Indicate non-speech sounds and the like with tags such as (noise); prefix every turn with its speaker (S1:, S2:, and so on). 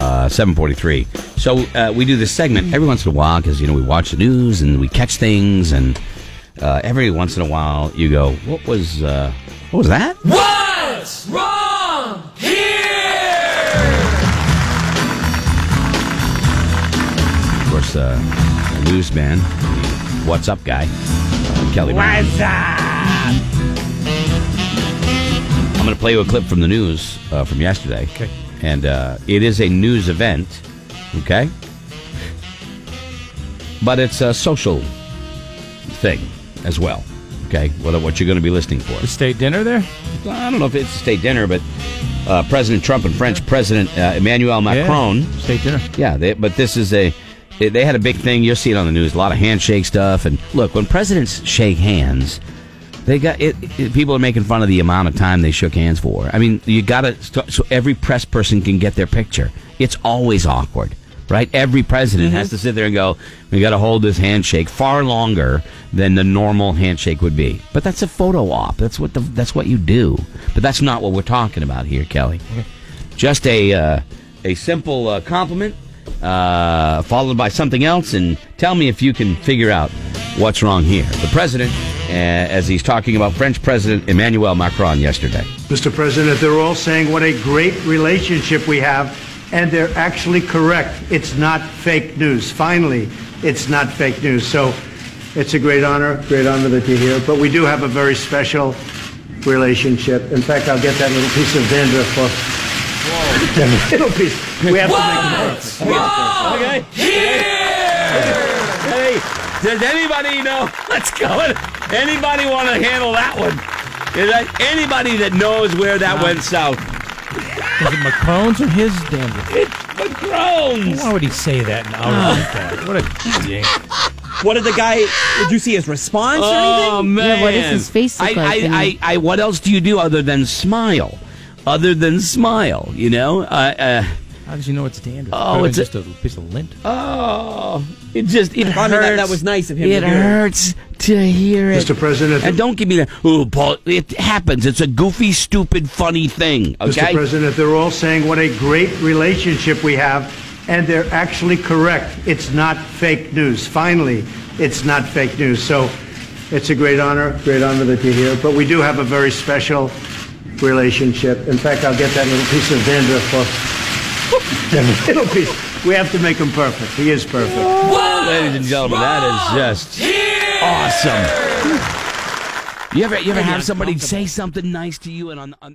S1: uh, 743. So uh, we do this segment every once in a while because, you know, we watch the news and we catch things. And uh, every once in a while you go, what was, uh, what was that?
S2: What's wrong here?
S1: Of course, uh, the newsman, the what's up guy, uh, Kelly. Brown. I'm going to play you a clip from the news uh, from yesterday.
S3: Okay.
S1: And uh, it is a news event, okay? But it's a social thing as well, okay? What, what you're going to be listening for.
S3: The state dinner there?
S1: I don't know if it's a state dinner, but uh, President Trump and French President uh, Emmanuel Macron.
S3: Yeah. State dinner.
S1: Yeah, they, but this is a. They had a big thing. You'll see it on the news. A lot of handshake stuff. And look, when presidents shake hands, they got it, it- People are making fun of the amount of time they shook hands for. I mean, you got to so every press person can get their picture. It's always awkward, right? Every president has to sit there and go, "We got to hold this handshake far longer than the normal handshake would be." But that's a photo op. That's what the, that's what you do. But that's not what we're talking about here, Kelly just a uh, a simple uh, compliment uh, followed by something else, and tell me if you can figure out what's wrong here. The president, uh, as he's talking about French President Emmanuel Macron yesterday.
S4: Mr. President, they're all saying what a great relationship we have, and they're actually correct. It's not fake news. Finally, it's not fake news. So it's a great honor, great honor that you're here. But we do have a very special relationship. In fact, I'll get that little piece of dandruff for. (laughs) little piece. We have to make it work.
S2: What's wrong here?
S1: Hey, does anybody know (laughs) what's going? Anybody want to handle that one? Is that anybody that knows where that went south?
S3: Is it Macron's or his dinner?
S1: Macron's.
S3: Why would he say that in hour like that? What a dink.
S5: What did the guy? Did you see his response or anything?
S1: Oh man!
S6: Yeah, what does his face look
S1: I,
S6: like when
S1: I,
S6: you-
S1: I, I, what else do you do other than smile? Other than smile, you know? Uh,
S3: How does he know it's dandruff?
S1: Oh,
S3: Could've
S1: it's
S3: been just a, piece of lint.
S1: uh, oh, it just it
S5: I
S1: hurts.
S5: mean, that- that was nice of him to
S1: It
S5: do.
S1: hurts to hear it,
S4: Mr. President,
S1: And don't give me that. Oh, Paul, it happens. It's a goofy, stupid, funny thing. Okay.
S4: Mr. President, they're all saying what a great relationship we have, and they're actually correct. It's not fake news. Finally, it's not fake news. So it's a great honor, great honor that you're here. But we do have a very special relationship. In fact, I'll get that little piece of dandruff for. (laughs) That little piece. We have to make him perfect. He is perfect.
S1: Ladies and gentlemen, that is just awesome. You ever you ever have somebody say something nice to you and on, on